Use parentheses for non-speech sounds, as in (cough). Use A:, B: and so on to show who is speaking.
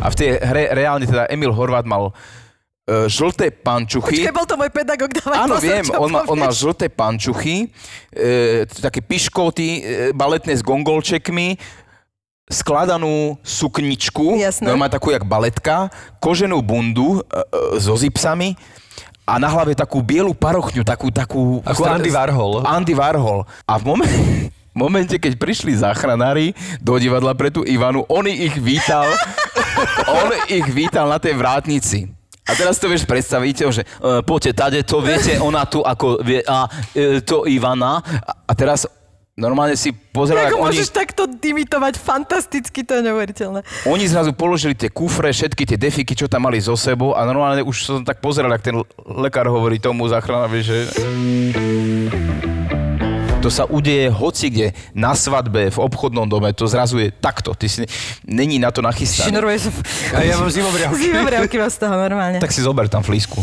A: v tej hre reálne teda Emil Horvát mal e, žlté pančuchy.
B: Počkaj, bol to môj pedagóg, dávaj
A: Áno,
B: pozor,
A: viem,
B: čo
A: on, má, on má
B: povieš.
A: žlté pančuchy, e, také piškoty, e, baletné s gongolčekmi, skladanú sukničku,
B: Jasné.
A: normálne takú jak baletka, koženú bundu e, e, so zipsami a na hlave takú bielu parochňu, takú... takú
C: Ako
A: stra-
C: Andy Warhol.
A: Andy Warhol. A v momente, (laughs) v momente, keď prišli záchranári do divadla pre tú Ivanu, on ich vítal, (laughs) on ich vítal na tej vrátnici. A teraz to vieš predstaviť, že e, poďte tade, to viete, ona tu ako vie, a e, to Ivana. A, a teraz normálne si pozeral,
B: Ako
A: ako oni,
B: môžeš takto imitovať fantasticky, to je neuveriteľné.
A: oni zrazu položili tie kufre, všetky tie defiky, čo tam mali so sebou a normálne už som tak pozeral, ak ten l- lekár hovorí tomu záchranárovi, že... To sa udeje hoci kde, na svadbe, v obchodnom dome, to zrazu je takto. Ty si, není na to nachystaný. (laughs)
B: Šinoruje sa. (laughs)
C: A ja mám zimomriavky.
B: Zimomriavky vás z toho normálne.
A: Tak si zober tam flísku.